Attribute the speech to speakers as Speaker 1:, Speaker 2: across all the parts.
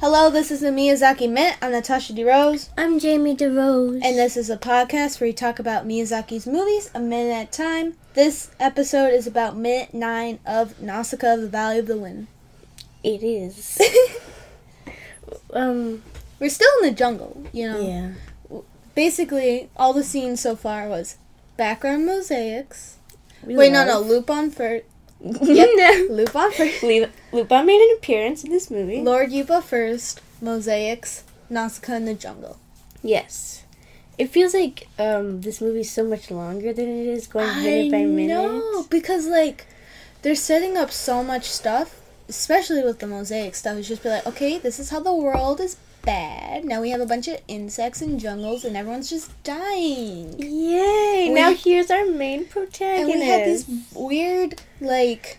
Speaker 1: Hello, this is the Miyazaki Minute. I'm Natasha DeRose,
Speaker 2: I'm Jamie DeRose.
Speaker 1: and this is a podcast where we talk about Miyazaki's movies a minute at a time. This episode is about minute nine of Nausicaa of the Valley of the Wind.
Speaker 2: it is. um.
Speaker 1: We're still in the jungle, you know.
Speaker 2: Yeah.
Speaker 1: Basically, all the scenes so far was background mosaics.
Speaker 2: we
Speaker 1: Wait, no, no,
Speaker 2: love-
Speaker 1: loop on first.
Speaker 2: No.
Speaker 1: Loop on first.
Speaker 2: Lu- Lupa made an appearance in this movie.
Speaker 1: Lord Yuba first, mosaics, Nausicaa in the jungle.
Speaker 2: yes. It feels like um this movie's so much longer than it is going minute by minute.
Speaker 1: know, because like they're setting up so much stuff, especially with the mosaic stuff. It's just be like, okay, this is how the world is bad. Now we have a bunch of insects and jungles, and everyone's just dying.
Speaker 2: Yay!
Speaker 1: We-
Speaker 2: now here's our main
Speaker 1: And
Speaker 2: protagonist.
Speaker 1: we had these weird like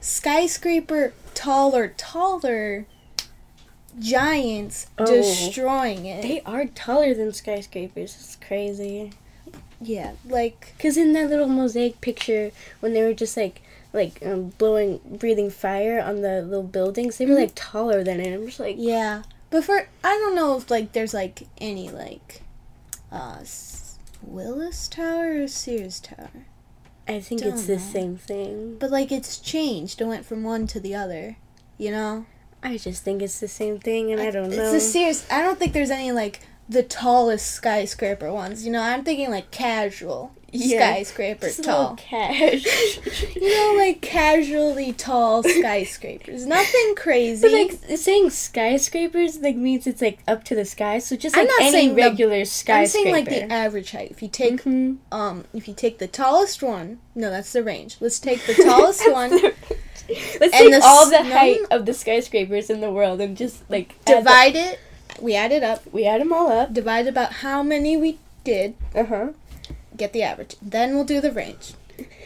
Speaker 1: skyscraper taller, taller giants
Speaker 2: Oh.
Speaker 1: destroying it.
Speaker 2: They are taller than skyscrapers. It's crazy.
Speaker 1: yeah, like
Speaker 2: Cause in that little mosaic picture, when they were just like like um, blowing breathing fire on the little buildings, they were
Speaker 1: Mhm.
Speaker 2: like taller than it. I'm just like
Speaker 1: Yeah, but for I don't know if like there's like any like, uh, S- Willis Tower or Sears Tower,
Speaker 2: I think
Speaker 1: Don't
Speaker 2: it's the
Speaker 1: know.
Speaker 2: same thing.
Speaker 1: but like it's changed. It went from one to the other. You know,
Speaker 2: I just think it's the same thing, and I, don't
Speaker 1: it's
Speaker 2: know.
Speaker 1: the Sears. I don't think there's any like the tallest skyscraper ones. You know, I'm thinking like casual
Speaker 2: Yeah.
Speaker 1: skyscraper
Speaker 2: Just a little
Speaker 1: tall.
Speaker 2: cash.
Speaker 1: You know, like casually tall skyscrapers. Nothing crazy.
Speaker 2: But like s- saying skyscrapers, like means it's like up to the sky. So just
Speaker 1: I'm
Speaker 2: like
Speaker 1: not
Speaker 2: any
Speaker 1: saying the-
Speaker 2: regular
Speaker 1: I'm
Speaker 2: skyscraper.
Speaker 1: saying like the average height. If you take
Speaker 2: Mhm.
Speaker 1: um if you take the tallest one no that's the range let's take the tallest one
Speaker 2: Let's
Speaker 1: And
Speaker 2: take
Speaker 1: the
Speaker 2: all the
Speaker 1: snow-
Speaker 2: height of the skyscrapers in the world and just like add the-
Speaker 1: divide it we add it up
Speaker 2: we add them all up.
Speaker 1: divide about how many we did
Speaker 2: Uh huh.
Speaker 1: Uh-huh. get the average then we'll do the range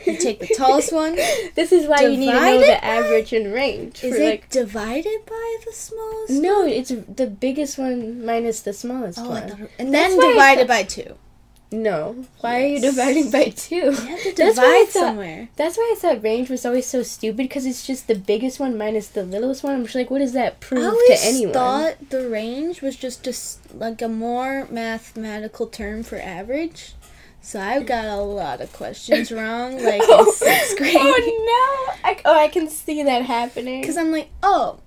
Speaker 1: you take the tallest one
Speaker 2: This is why you need to know
Speaker 1: Divided
Speaker 2: the
Speaker 1: by-
Speaker 2: average and range.
Speaker 1: is
Speaker 2: for,
Speaker 1: it
Speaker 2: like
Speaker 1: divided by the smallest
Speaker 2: no, it's the biggest one minus the smallest
Speaker 1: Oh,
Speaker 2: one.
Speaker 1: I thought it- and
Speaker 2: That's
Speaker 1: then
Speaker 2: why I
Speaker 1: divided by
Speaker 2: thought-
Speaker 1: two
Speaker 2: No, why are you
Speaker 1: Yes.
Speaker 2: dividing by two?
Speaker 1: you have to
Speaker 2: That's why I
Speaker 1: divide
Speaker 2: thought-
Speaker 1: somewhere
Speaker 2: That's why I thought range was always so stupid because it's just the biggest one minus the littlest one. I'm just like, what does that
Speaker 1: I
Speaker 2: prove to
Speaker 1: always
Speaker 2: anyone?
Speaker 1: thought the range was just a s like a more mathematical term for average. So I've got a lot of questions wrong, like in sixth grade.
Speaker 2: Oh no! I, oh, I can see that happening.
Speaker 1: Because I'm like, oh,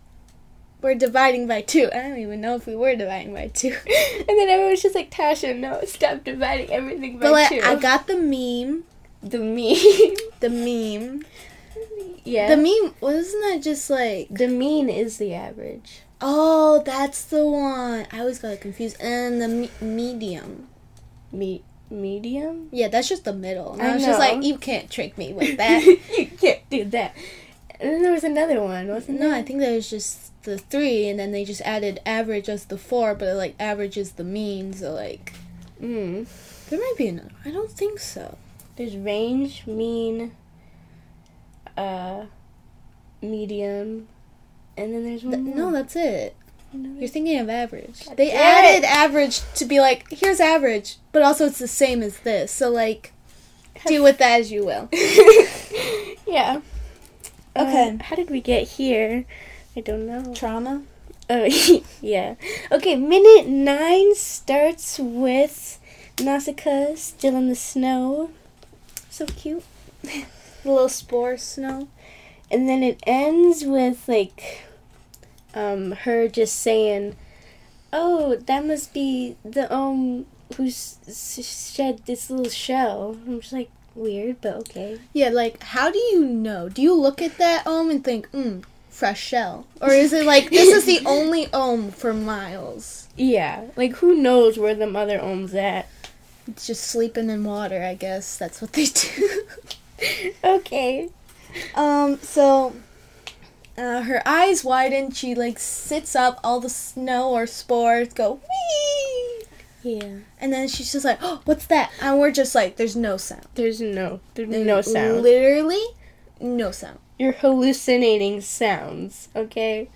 Speaker 1: we're dividing by two. I don't even know if we were dividing by two.
Speaker 2: and then everyone's just like, Tasha, no, stop dividing everything by
Speaker 1: But like,
Speaker 2: two.
Speaker 1: I got the meme.
Speaker 2: the mean.
Speaker 1: The meme.
Speaker 2: yeah.
Speaker 1: The meme wasn't that just like,
Speaker 2: the mean is the average.
Speaker 1: oh, that's the one. I always got it confused. And the me- medium.
Speaker 2: Me medium.
Speaker 1: Yeah, that's just the middle. And
Speaker 2: I
Speaker 1: I, was just like,
Speaker 2: know.
Speaker 1: you can't trick me with that.
Speaker 2: you can't do that. And then there was another one, wasn't
Speaker 1: No, I think that was just the three, and then they just added average as the four, but like average is the mean, so like
Speaker 2: there? Mm.
Speaker 1: there might be another. I don't think so.
Speaker 2: There's range, mean, uh, medium, and then there's
Speaker 1: Th-
Speaker 2: one.
Speaker 1: No,
Speaker 2: more.
Speaker 1: that's it. You're thinking of average.
Speaker 2: God
Speaker 1: They
Speaker 2: damn
Speaker 1: added
Speaker 2: it.
Speaker 1: average to be like here's average, but also it's the same as this, so like deal with that as you will.
Speaker 2: yeah.
Speaker 1: Okay.
Speaker 2: Um, how did we get here? I don't know.
Speaker 1: Trauma.
Speaker 2: Oh, yeah. Okay, minute nine starts with Nausicaa still in the snow. So cute.
Speaker 1: The little spore snow.
Speaker 2: and then it ends with like um her just saying oh that must be the um who s- s- shed this little shell i'm just like weird but okay
Speaker 1: Yeah, like how do you know? Do you look at that ohm and think, mm, fresh shell, or is it like this is the only ohm for miles?
Speaker 2: yeah like who knows where the mother owns at
Speaker 1: It's just sleeping in water, I guess. That's what they do.
Speaker 2: okay
Speaker 1: um, so uh, her eyes widen. She like sits up. All the snow or spores go wee,
Speaker 2: yeah
Speaker 1: and then she's just like, oh, "What's that?" And we're just like, "There's no sound.
Speaker 2: there's no there's
Speaker 1: There's
Speaker 2: no sound
Speaker 1: Literally, no sound."
Speaker 2: you're hallucinating sounds okay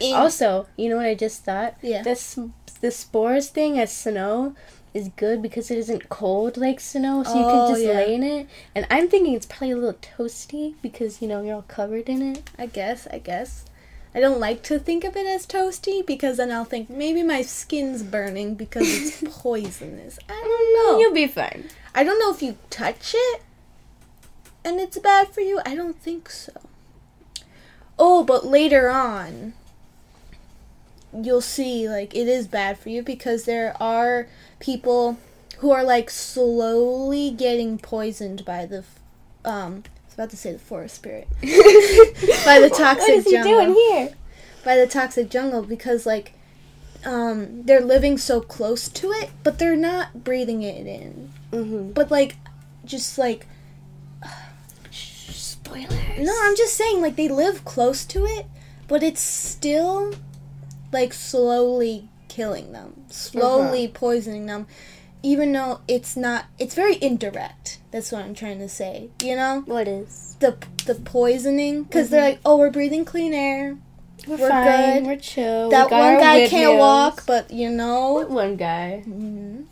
Speaker 1: In-
Speaker 2: also you know what i just thought
Speaker 1: yeah,
Speaker 2: This the spores thing as snow is good because it isn't cold like snow, so you
Speaker 1: Oh,
Speaker 2: can just
Speaker 1: yeah.
Speaker 2: lay in it. And I'm thinking it's probably a little toasty because you know you're all covered in it.
Speaker 1: I guess. I guess. I I don't like to think of it as toasty because then I'll think maybe my skin's burning because it's poisonous. I don't know.
Speaker 2: You'll be fine.
Speaker 1: I don't know if you touch it and it's bad for you. I don't think so. Oh, but later on, you'll see like it is bad for you because there are people who are like slowly getting poisoned by the f- um I was about to say the forest spirit. by the toxic
Speaker 2: What is he
Speaker 1: jungle.
Speaker 2: doing here?
Speaker 1: by the toxic jungle because like um they're living so close to it, but they're not breathing it in.
Speaker 2: Mm-hmm.
Speaker 1: But like just like
Speaker 2: Spoilers.
Speaker 1: No, I'm just saying, like, they live close to it, but it's still, like, slowly killing them, slowly
Speaker 2: Uh-huh.
Speaker 1: poisoning them, even though it's not, it's very indirect. That's what I'm trying to say. You know?
Speaker 2: What is?
Speaker 1: The, the poisoning, because they're
Speaker 2: Mm-hmm.
Speaker 1: like, oh, we're breathing clean air.
Speaker 2: We're,
Speaker 1: We're
Speaker 2: fine.
Speaker 1: good.
Speaker 2: We're chill.
Speaker 1: that
Speaker 2: we got
Speaker 1: one
Speaker 2: our
Speaker 1: guy can't
Speaker 2: videos.
Speaker 1: walk, but you know.
Speaker 2: What one guy?
Speaker 1: Mhm.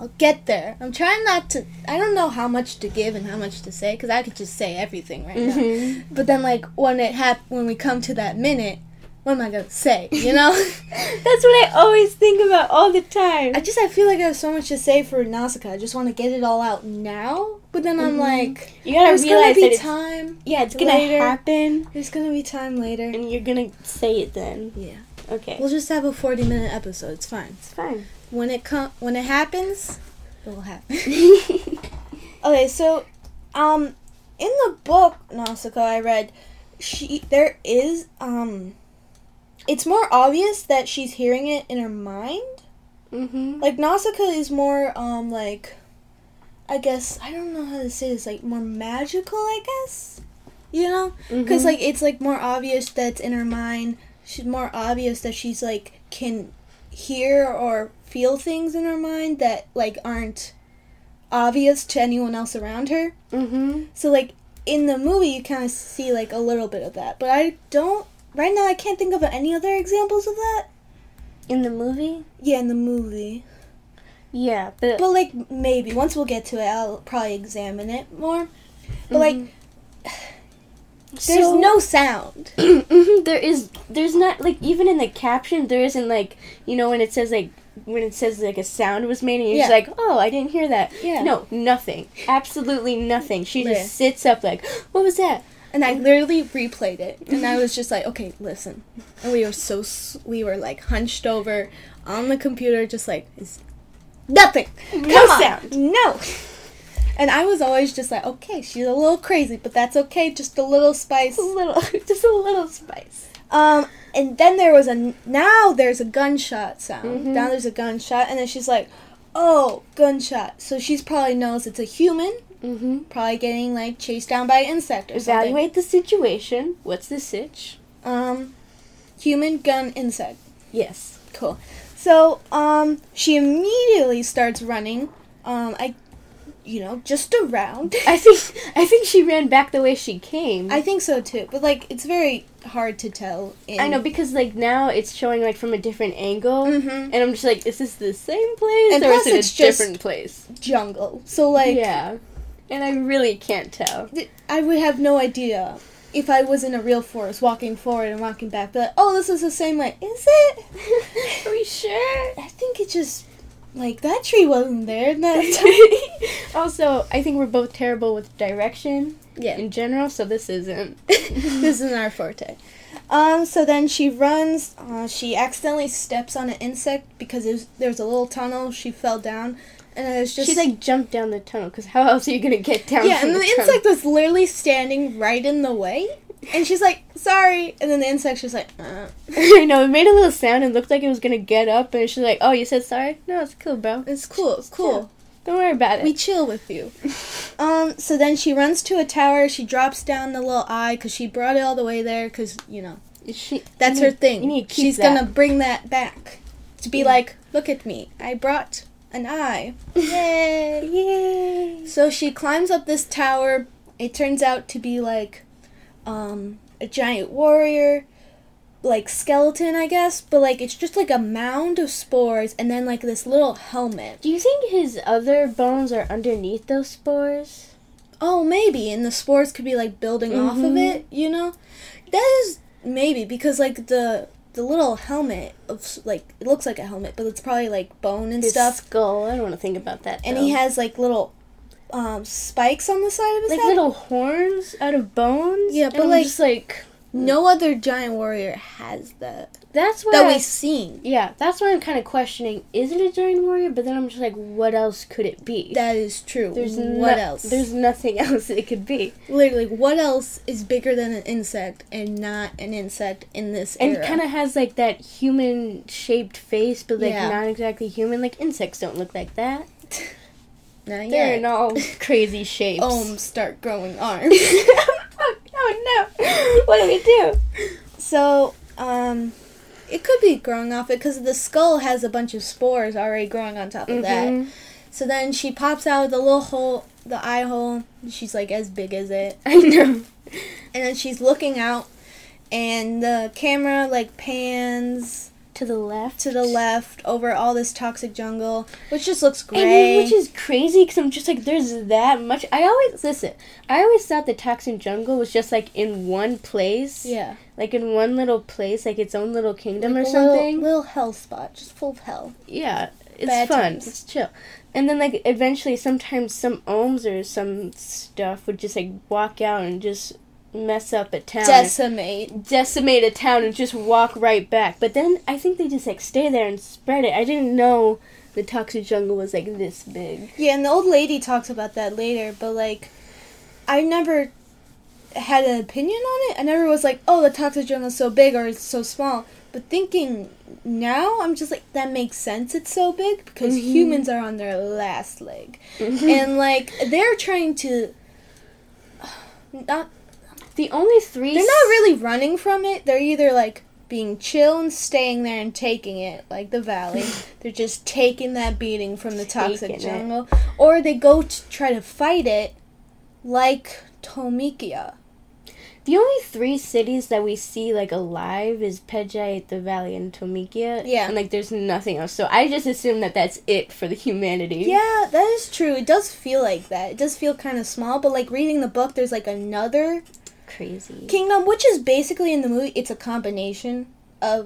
Speaker 1: I'll get there. I'm trying not to, I don't know how much to give and how much to say, because I could just say everything right now.
Speaker 2: Mhm.
Speaker 1: But then, like when it hap- when we come to that minute, what am I gonna say? You know,
Speaker 2: That's what I always think about all the time.
Speaker 1: I just I feel like I have so much to say for Nausicaa. I just want to get it all out now. But then I'm
Speaker 2: Mhm.
Speaker 1: like,
Speaker 2: you gotta
Speaker 1: there's gonna
Speaker 2: realize that
Speaker 1: be
Speaker 2: it's,
Speaker 1: time.
Speaker 2: yeah, it's gonna
Speaker 1: later.
Speaker 2: happen,
Speaker 1: There's gonna be time later.
Speaker 2: and you're gonna say it then.
Speaker 1: Yeah,
Speaker 2: Okay,
Speaker 1: we'll just have a 40 minute episode. It's fine.
Speaker 2: it's fine.
Speaker 1: When it com- when it happens, it will happen.
Speaker 2: Mm-hmm.
Speaker 1: Okay, so, um, in the book Nausicaa I read, she there is um, it's more obvious that she's hearing it in her mind.
Speaker 2: mm-hmm.
Speaker 1: Like Nausicaa is more um like, I guess I don't know how to say this like more magical I guess, you know, because like it's like more obvious that's in her mind. She's more obvious that she's like can hear or feel things in her mind that like aren't obvious to anyone else around her.
Speaker 2: mm-hmm.
Speaker 1: So like in the movie, you kind of see like a little bit of that, but I don't right now. I can't think of any other examples of that.
Speaker 2: in the movie.
Speaker 1: Yeah, in the movie,
Speaker 2: Yeah, but,
Speaker 1: but like maybe once we'll get to it, I'll probably examine it more.
Speaker 2: Mm-hmm.
Speaker 1: But like, there's
Speaker 2: So-
Speaker 1: no sound.
Speaker 2: Mhm, there is there's not like even in the caption there isn't like you know when it says like when it says like a sound was made and you're just
Speaker 1: Yeah.
Speaker 2: like oh I didn't hear that
Speaker 1: Yeah.
Speaker 2: no nothing absolutely nothing she
Speaker 1: Yeah.
Speaker 2: just sits up like what was that
Speaker 1: And I literally replayed it, and I was just like, okay, listen. And we were so s- we were like hunched over on the computer, just like it's nothing.
Speaker 2: No sound.
Speaker 1: No. And I was always just like, okay, she's a little crazy, but that's okay. Just a little spice.
Speaker 2: a little just a little spice
Speaker 1: Um, and then there was a now there's a gunshot sound.
Speaker 2: Mm-hmm.
Speaker 1: Now there's a gunshot, and then she's like, "Oh, gunshot!" So she's probably knows it's a human,
Speaker 2: mm-hmm.
Speaker 1: probably getting like chased down by an insect or something.
Speaker 2: evaluate the situation what's the sitch
Speaker 1: Um, human gun insect.
Speaker 2: yes
Speaker 1: Cool. So um, she immediately starts running. Um, I, you know, just around.
Speaker 2: I think I think she ran back the way she came
Speaker 1: I think so too, but like it's very hard to tell. In,
Speaker 2: I know because like now it's showing like from a different angle
Speaker 1: Mhm.
Speaker 2: and I'm just like is this the same place
Speaker 1: And
Speaker 2: or
Speaker 1: plus
Speaker 2: is it a
Speaker 1: it's just-
Speaker 2: different place
Speaker 1: jungle. So like.
Speaker 2: yeah and i really can't tell
Speaker 1: th- I would have no idea if I was in a real forest walking forward and walking back. Be like, oh, this is the same way. Is it?
Speaker 2: are we sure
Speaker 1: I think it just, like, that tree wasn't there. And that
Speaker 2: also i think we're both terrible with direction
Speaker 1: yeah,
Speaker 2: in general so this isn't
Speaker 1: this isn't our forte. Um, so then she runs. Uh, she accidentally steps on an insect because there's, there's a little tunnel. She fell down. And it was just.
Speaker 2: she like jumped down the tunnel because how else are you gonna get down
Speaker 1: yeah,
Speaker 2: from
Speaker 1: and the,
Speaker 2: the, tunnel?
Speaker 1: insect was literally standing right in the way. And she's like, sorry. And then the insect's just like, uh.
Speaker 2: i know it made a little sound and looked like it was gonna get up and she's like oh you said sorry no it's cool bro
Speaker 1: it's cool, it's cool.
Speaker 2: don't worry about it
Speaker 1: We chill with you. Um, so then she runs to a tower. She drops down the little eye because she brought it all the way there because, you know,
Speaker 2: she,
Speaker 1: that's
Speaker 2: you
Speaker 1: her
Speaker 2: need-
Speaker 1: thing.
Speaker 2: you need to keep
Speaker 1: She's
Speaker 2: that.
Speaker 1: going to bring that back to be
Speaker 2: Yeah.
Speaker 1: like, look at me. I brought an eye. Yay.
Speaker 2: yay
Speaker 1: so she climbs up this tower. It turns out to be like um, a giant warrior, like skeleton, I guess, but like it's just like a mound of spores and then like this little helmet.
Speaker 2: do you think his other bones are underneath those spores
Speaker 1: Oh, maybe. And the spores could be like building off of
Speaker 2: Mhm.
Speaker 1: it, you know? That is Maybe because like the the little helmet of like it looks like a helmet, but it's probably like bone and
Speaker 2: His
Speaker 1: stuff.
Speaker 2: skull. I don't want to think about that.
Speaker 1: And
Speaker 2: though.
Speaker 1: he has like little um spikes on the side of his
Speaker 2: like
Speaker 1: head.
Speaker 2: little horns out of bones.
Speaker 1: Yeah,
Speaker 2: and
Speaker 1: but,
Speaker 2: I'm
Speaker 1: like-
Speaker 2: just like
Speaker 1: no other giant warrior has that
Speaker 2: that's why
Speaker 1: that
Speaker 2: I-
Speaker 1: we've seen.
Speaker 2: yeah, that's why I'm kind of questioning: is it a giant warrior? But then I'm just like, what else could it be?
Speaker 1: That is true.
Speaker 2: there's
Speaker 1: what
Speaker 2: no-
Speaker 1: else?
Speaker 2: There's nothing else it could be.
Speaker 1: literally what else is bigger than an insect and not an insect in this
Speaker 2: And
Speaker 1: era?
Speaker 2: kind of has like that human shaped face, but like
Speaker 1: Yeah.
Speaker 2: not exactly human. Like insects don't look like that.
Speaker 1: not
Speaker 2: They're
Speaker 1: yet.
Speaker 2: in all crazy shapes.
Speaker 1: Ohms start growing arms.
Speaker 2: oh no! What do we do?
Speaker 1: so, um, it could be growing off it because the skull has a bunch of spores already growing on top of that.
Speaker 2: Mhm.
Speaker 1: So then she pops out the little hole, the eye hole. She's like as big as it,
Speaker 2: I know.
Speaker 1: and then she's looking out, and the camera like pans
Speaker 2: To the left.
Speaker 1: to the left over all this toxic jungle, which just looks
Speaker 2: And
Speaker 1: gray.
Speaker 2: which is crazy because I'm just like, there's that much. I always listen. I always thought the Toxin Jungle was just like in one place,
Speaker 1: yeah.
Speaker 2: like in one little place, like its own little kingdom
Speaker 1: Like
Speaker 2: or
Speaker 1: a little-
Speaker 2: something.
Speaker 1: Little, hell spot, just full of hell.
Speaker 2: yeah, it's
Speaker 1: Bad
Speaker 2: fun.
Speaker 1: times.
Speaker 2: It's chill. And then like eventually, sometimes some ohms or some stuff would just like walk out and just mess up a town.
Speaker 1: Decimate.
Speaker 2: decimate a town and just walk right back. But then I think they just like stay there and spread it. I didn't know the toxic jungle was like this big.
Speaker 1: Yeah, and the old lady talks about that later, but like, I never had an opinion on it. I never was like, oh, the toxic jungle is so big or it's so small. But thinking now, I'm just like, that makes sense it's so big because
Speaker 2: Mhm.
Speaker 1: humans are on their last leg. and like, they're trying to. Not,
Speaker 2: The only 3
Speaker 1: they're not really running from it. They're either like being chill and staying there and taking it, like the valley. they're just taking that beating from the toxic
Speaker 2: Taking it.
Speaker 1: jungle, or they go to try to fight it, like Tomikia.
Speaker 2: The only three cities that we see like alive is Pejai, the Valley, and Tomikia.
Speaker 1: Yeah.
Speaker 2: and like there's nothing else. So I just assume that that's it for the humanity.
Speaker 1: Yeah, that is true. It does feel like that. It does feel kind of small, but like reading the book, there's like another
Speaker 2: crazy.
Speaker 1: kingdom, which is basically in the movie. It's a combination of.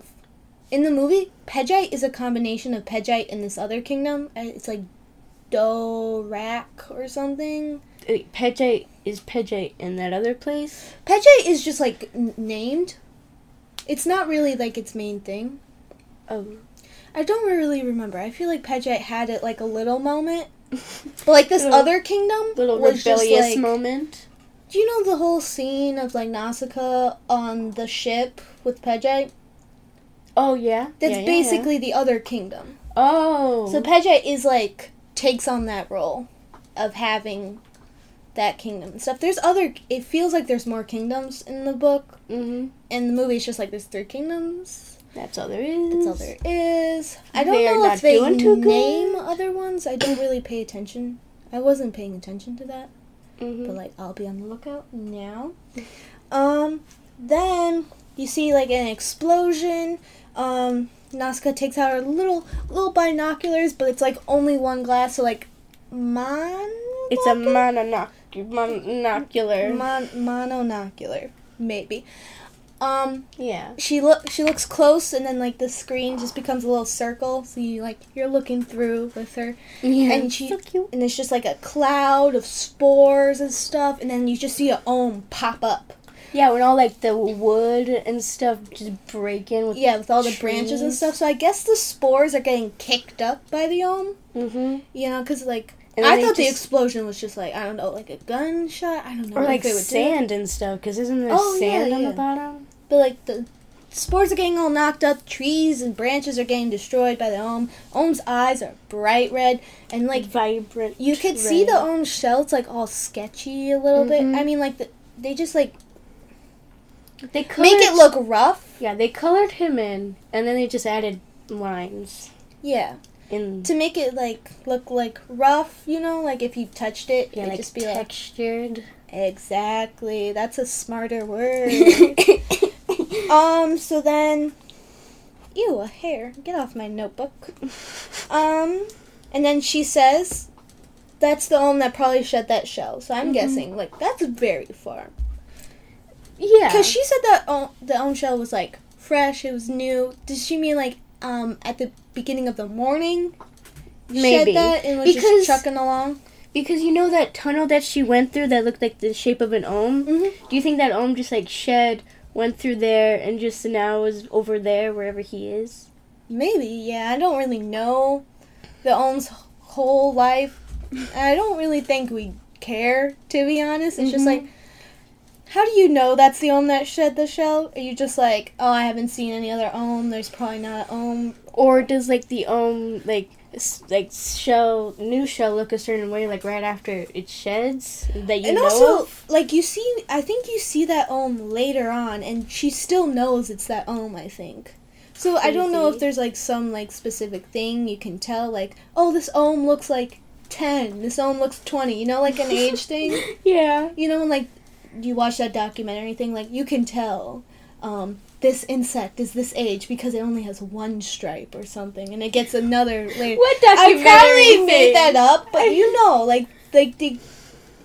Speaker 1: In the movie, Pejite is a combination of Pejite and this other kingdom. Uh, It's like Dorak or something.
Speaker 2: Wait, Pejai is Pejai in that other place.
Speaker 1: Pejite is just like n- named. It's not really like its main thing.
Speaker 2: Oh,
Speaker 1: I don't really remember. I feel like Pejite had it like a little moment. But like this
Speaker 2: Little-
Speaker 1: other kingdom
Speaker 2: little
Speaker 1: was just
Speaker 2: rebellious
Speaker 1: like-
Speaker 2: moment.
Speaker 1: Do you know the whole scene of like Nausicaa on the ship with Pejite?
Speaker 2: Oh yeah,
Speaker 1: That's
Speaker 2: Yeah, yeah, yeah.
Speaker 1: basically the other kingdom.
Speaker 2: Oh,
Speaker 1: So Pejite is like takes on that role of having that kingdom and stuff. There's other. It feels like there's more kingdoms in the book.
Speaker 2: mm-hmm.
Speaker 1: In the movie, it's just like there's three kingdoms.
Speaker 2: That's all there is.
Speaker 1: That's all there is. I don't
Speaker 2: They're
Speaker 1: know
Speaker 2: not
Speaker 1: if they
Speaker 2: doing too good.
Speaker 1: name other ones. I don't really pay attention. I wasn't paying attention to that,
Speaker 2: Mhm.
Speaker 1: but like I'll be on the lookout now. Um, then you see like an explosion. Um, Nazca takes out her little little binoculars, but it's like only one glass. So like, mon.
Speaker 2: it's a mononoc- monocular.
Speaker 1: mon mononocular, maybe. Um,
Speaker 2: yeah.
Speaker 1: she look she looks close, and then like the screen just becomes a little circle. So you like you're looking through with her,
Speaker 2: Yeah.
Speaker 1: and she
Speaker 2: so cute.
Speaker 1: and it's just like a cloud of spores and stuff, and then you just see a ohm pop up.
Speaker 2: Yeah, when all like the wood and stuff just break in with
Speaker 1: Yeah, with all the branches and
Speaker 2: trees.
Speaker 1: stuff. So I guess the spores are getting kicked up by the ohm.
Speaker 2: Mm-hmm.
Speaker 1: You know, because like
Speaker 2: And then
Speaker 1: I
Speaker 2: they
Speaker 1: thought the
Speaker 2: just-
Speaker 1: explosion was just like I don't know, like a gunshot. I don't know,
Speaker 2: Or
Speaker 1: what
Speaker 2: like
Speaker 1: they would do.
Speaker 2: sand and stuff, because isn't there
Speaker 1: Oh, yeah,
Speaker 2: sand on
Speaker 1: yeah.
Speaker 2: the bottom?
Speaker 1: But like the spores are getting all knocked up, trees and branches are getting destroyed by the ohm. Ohm's eyes are bright red, and like
Speaker 2: Vibrant.
Speaker 1: you could see the
Speaker 2: red.
Speaker 1: ohm shell. It's like all sketchy a little
Speaker 2: Mhm.
Speaker 1: bit. I mean, like the, they just like
Speaker 2: They colored,
Speaker 1: make it look rough.
Speaker 2: Yeah, they colored him in, and then they just added lines
Speaker 1: Yeah,
Speaker 2: in.
Speaker 1: to make it like look like rough. You know, like if you touched it,
Speaker 2: yeah,
Speaker 1: it'd
Speaker 2: like
Speaker 1: just be like
Speaker 2: textured.
Speaker 1: exactly. That's a smarter word. Um, so then. Ew, a hair. Get off my notebook. Um, and then she says, that's the ohm that probably shed that shell. So I'm
Speaker 2: Mhm.
Speaker 1: guessing, like, that's very far.
Speaker 2: Yeah.
Speaker 1: Because she said that o- the own shell was like fresh, it was new. Does she mean like um at the beginning of the morning?
Speaker 2: Maybe.
Speaker 1: Shed that and was just
Speaker 2: Because-
Speaker 1: chucking along.
Speaker 2: because you know that tunnel that she went through that looked like the shape of an ohm.
Speaker 1: Mhm.
Speaker 2: Do you think that ohm just like shed went through there and just now is over there wherever he is?
Speaker 1: Maybe, yeah. I don't really know the Ohm's whole life. I don't really think we care, to be honest. It's just
Speaker 2: Mhm.
Speaker 1: like, how do you know that's the Ohm that shed the shell? Are you just like, oh, I haven't seen any other Ohm. There's probably not an Ohm.
Speaker 2: Or does like the ohm like s- like shell new shell look a certain way like right after it sheds that you
Speaker 1: and
Speaker 2: know
Speaker 1: also,
Speaker 2: of?
Speaker 1: like, you see, I think you see that Ohm later on, and she still knows it's that Ohm, I think. So I don't know
Speaker 2: Crazy.
Speaker 1: if there's like some like specific thing you can tell, like, oh, this Ohm looks like 10, this Ohm looks 20, you know, like an age thing?
Speaker 2: yeah
Speaker 1: you know when like you watch that documentary thing like you can tell um, this insect is this age because it only has one stripe or something and it gets another later
Speaker 2: What
Speaker 1: i probably
Speaker 2: documentary
Speaker 1: made
Speaker 2: thing?
Speaker 1: that up but you know like like they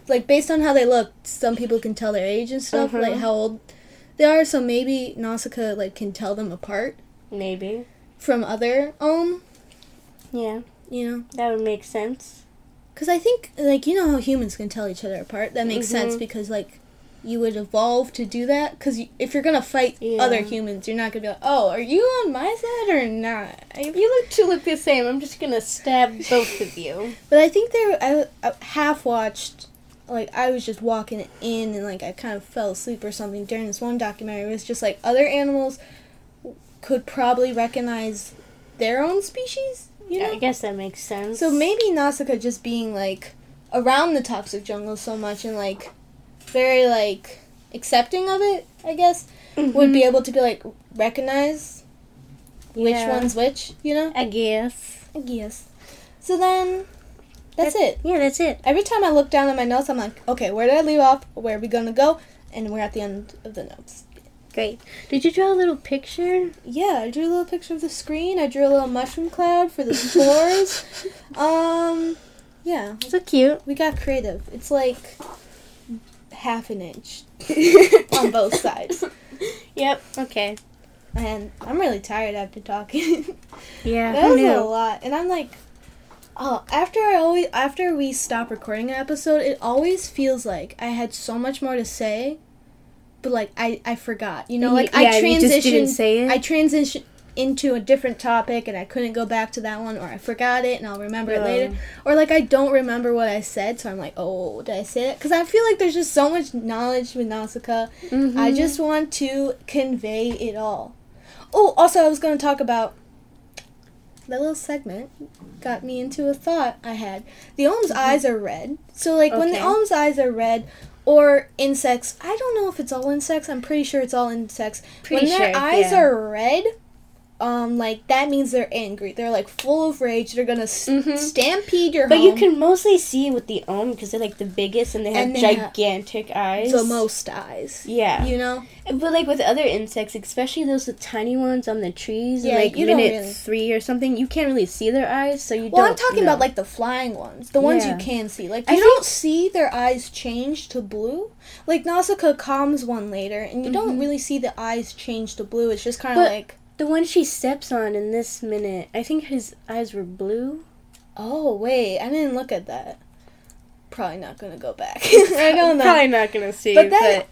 Speaker 1: like based on how they look some people can tell their age and stuff
Speaker 2: Uh-huh.
Speaker 1: like how old they are so maybe nausicaa like can tell them apart
Speaker 2: maybe
Speaker 1: from other ohm
Speaker 2: yeah
Speaker 1: you know
Speaker 2: that would make sense
Speaker 1: Because I think, like, you know how humans can tell each other apart. That makes sense
Speaker 2: Mhm.
Speaker 1: because, like, you would evolve to do that. Because you, if you're going to fight
Speaker 2: Yeah.
Speaker 1: other humans, you're not going to be like, oh, are you on my side or not?
Speaker 2: if you look two look the same I'm just gonna stab both of you
Speaker 1: But I think there, I, I half watched, like, I was just walking in and, like, I kind of fell asleep or something during this one documentary. It was just, like, other animals could probably recognize their own species, you know?
Speaker 2: yeah I guess that makes sense
Speaker 1: So maybe Nausicaa just being like around the toxic jungle so much and like very like accepting of it, I guess,
Speaker 2: Mm-hmm.
Speaker 1: would be able to be like recognize which
Speaker 2: Yeah.
Speaker 1: one's which, you know?
Speaker 2: I guess
Speaker 1: I guess. So then that's it.
Speaker 2: yeah that's it
Speaker 1: Every time I look down at my notes, I'm like, okay, where did I leave off? Where are we gonna go? And we're at the end of the notes.
Speaker 2: Great. Did you draw a little picture?
Speaker 1: Yeah, I drew a little picture of the screen. I drew a little mushroom cloud for the spores. um, yeah.
Speaker 2: So cute.
Speaker 1: We got creative. It's like half an inch on both sides.
Speaker 2: Yep. Okay.
Speaker 1: And I'm really tired after talking.
Speaker 2: Yeah.
Speaker 1: that
Speaker 2: who
Speaker 1: was a
Speaker 2: knew?
Speaker 1: lot. And I'm like, oh, after I always after we stop recording an episode, it always feels like I had so much more to say, but like I I forgot. You know,
Speaker 2: Y-
Speaker 1: like
Speaker 2: yeah,
Speaker 1: I
Speaker 2: you
Speaker 1: transitioned.
Speaker 2: just didn't say it?
Speaker 1: I transitioned into a different topic and I couldn't go back to that one or I forgot it and I'll remember it
Speaker 2: Yeah.
Speaker 1: later or like I don't remember what I said so I'm like oh did I say that because I feel like there's just so much knowledge with Nausicaa
Speaker 2: Mm-hmm.
Speaker 1: I just want to convey it all oh also I was going to talk about that little segment got me into a thought I had the Ohm's eyes are red so like when the
Speaker 2: Mm-hmm. Okay.
Speaker 1: Ohm's eyes are red or insects I don't know if it's all insects I'm pretty sure it's all insects
Speaker 2: Pretty
Speaker 1: when their
Speaker 2: sure,
Speaker 1: eyes
Speaker 2: yeah.
Speaker 1: are red um like that means they're angry they're like full of rage they're gonna s-
Speaker 2: Mhm.
Speaker 1: stampede your
Speaker 2: But
Speaker 1: home
Speaker 2: you can mostly see it with the ohm because they're like the biggest and they have
Speaker 1: And they have
Speaker 2: gigantic eyes.
Speaker 1: the most eyes
Speaker 2: Yeah.
Speaker 1: you know
Speaker 2: but like with other insects, especially those with tiny ones on the trees, in,
Speaker 1: Yeah,
Speaker 2: like
Speaker 1: you don't
Speaker 2: minute
Speaker 1: really-
Speaker 2: three or something, you can't really see their eyes, so you
Speaker 1: well i'm
Speaker 2: don't.
Speaker 1: talking
Speaker 2: know.
Speaker 1: about like the flying ones the ones
Speaker 2: Yeah.
Speaker 1: you can see like
Speaker 2: I
Speaker 1: you don't see their eyes change to blue like nausicaa calms one later and you don't really see the eyes change to blue it's just kind of
Speaker 2: Mm-hmm. But-
Speaker 1: like
Speaker 2: the one she steps on in this minute. I think his eyes were blue.
Speaker 1: oh wait i didn't look at that probably not gonna go back i don't know
Speaker 2: Probably not gonna see.
Speaker 1: But that,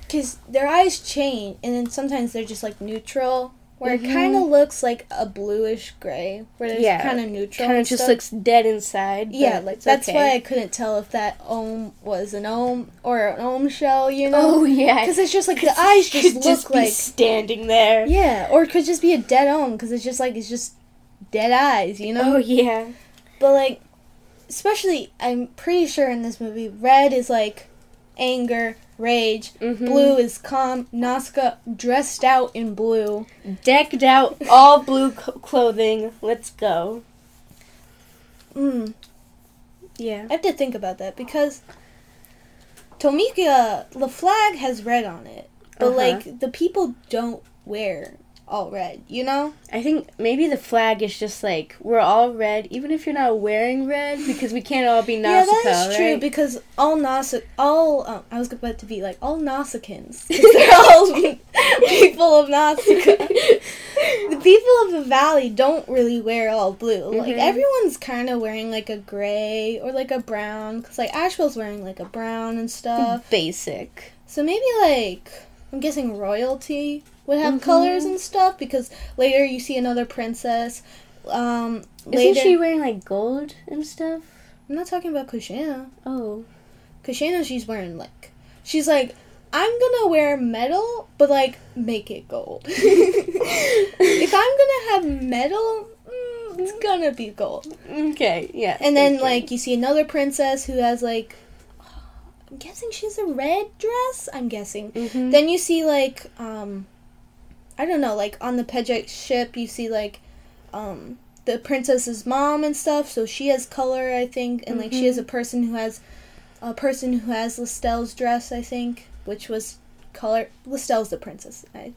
Speaker 1: because their eyes change, and then sometimes they're just like neutral, where it
Speaker 2: Mhm.
Speaker 1: kind of looks like a bluish gray, where it's
Speaker 2: Yeah,
Speaker 1: kind of neutral.
Speaker 2: kind of
Speaker 1: and
Speaker 2: just
Speaker 1: stuff.
Speaker 2: looks dead inside.
Speaker 1: Yeah,
Speaker 2: but
Speaker 1: like
Speaker 2: it's
Speaker 1: that's
Speaker 2: okay.
Speaker 1: why I couldn't tell if that ohm was an ohm or an ohm shell, you know?
Speaker 2: Oh yeah,
Speaker 1: Because it's just like the eyes just
Speaker 2: could
Speaker 1: look
Speaker 2: just be
Speaker 1: like
Speaker 2: standing there.
Speaker 1: yeah, or it could just be a dead ohm because it's just like it's just dead eyes, you know?
Speaker 2: Oh yeah.
Speaker 1: But like, especially I'm pretty sure in this movie, red is like anger, rage.
Speaker 2: Mhm.
Speaker 1: Blue is calm. Nazca dressed out in blue.
Speaker 2: decked out, all blue co- clothing. Let's go.
Speaker 1: Mm,
Speaker 2: Yeah.
Speaker 1: I have to think about that because Tomika, the flag has red on it, but
Speaker 2: Uh-huh.
Speaker 1: like the people don't wear all red, you know?
Speaker 2: I think maybe the flag is just like we're all red, even if you're not wearing red, because we can't all be
Speaker 1: yeah,
Speaker 2: Nausicaa,
Speaker 1: that is true
Speaker 2: right?
Speaker 1: because all Nausic all um, I was about to be like all Nausicaans. 'cause They're all people of Nausicaa. the people of the valley don't really wear all blue. Like
Speaker 2: Mhm.
Speaker 1: everyone's kind of wearing like a gray or like a brown cuz like Asheville's wearing like a brown and stuff.
Speaker 2: Basic.
Speaker 1: So maybe like I'm guessing royalty would have
Speaker 2: Mhm.
Speaker 1: colors and stuff because later you see another princess. Um, later,
Speaker 2: Isn't she wearing like gold and stuff?
Speaker 1: I'm not talking about Kushina.
Speaker 2: Oh,
Speaker 1: Kushina, she's wearing like she's like I'm gonna wear metal, but like make it gold. if I'm gonna have metal, mm, it's gonna be gold.
Speaker 2: okay, yeah.
Speaker 1: And then
Speaker 2: thank you.
Speaker 1: like you see another princess who has like I'm guessing she's a red dress. I'm guessing.
Speaker 2: Mhm.
Speaker 1: Then you see like um I don't know, like on the Pejek ship you see like um the princess's mom and stuff, so she has color I think and like she has a
Speaker 2: Mm-hmm.
Speaker 1: person who has a person who has Listel's dress I think, which was color Listel's the princess. I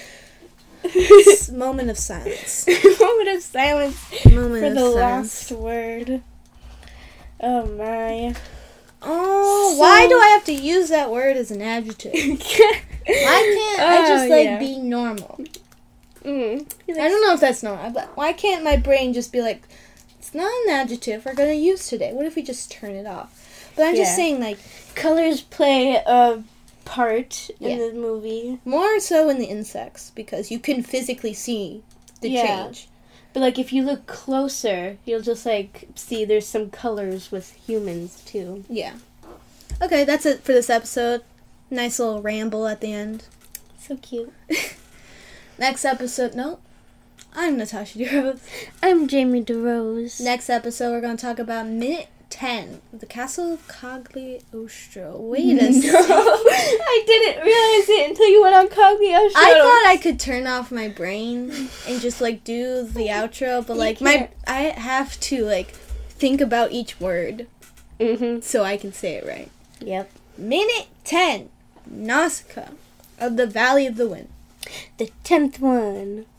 Speaker 1: moment of silence.
Speaker 2: moment of silence
Speaker 1: Moment
Speaker 2: for
Speaker 1: of
Speaker 2: the
Speaker 1: silence.
Speaker 2: last word. Oh my.
Speaker 1: Oh,
Speaker 2: So-
Speaker 1: why do I have to use that word as an adjective?
Speaker 2: I
Speaker 1: I
Speaker 2: can't.
Speaker 1: can't. I just like being normal.
Speaker 2: Oh, Mm.
Speaker 1: I don't know if that's normal, but why can't my brain just be like, it's not an adjective we're gonna use today? What if we just turn it off? But I'm just
Speaker 2: Yeah.
Speaker 1: saying, like,
Speaker 2: Colors play a part in
Speaker 1: Yeah.
Speaker 2: the movie,
Speaker 1: more so in the insects because you can physically see the
Speaker 2: Yeah.
Speaker 1: change.
Speaker 2: but like if you look closer, you'll just like see there's some colors with humans too.
Speaker 1: Yeah. Okay, that's it for this episode. Nice little ramble at the end.
Speaker 2: So cute.
Speaker 1: Next episode, no, I'm Natasha Duros.
Speaker 2: I'm Jamie DeRose.
Speaker 1: Next episode, we're gonna talk about minute ten, the Castle of Cogli Ostro. Wait
Speaker 2: No,
Speaker 1: a second.
Speaker 2: I didn't realize it until you went on Cogni
Speaker 1: I thought I could turn off my brain and just like do the outro, but
Speaker 2: You
Speaker 1: like my
Speaker 2: can't.
Speaker 1: I have to like think about each word
Speaker 2: Mm-hmm.
Speaker 1: so I can say it right.
Speaker 2: Yep.
Speaker 1: Minute 10, Nausicaa of the Valley of the Wind.
Speaker 2: The tenth one.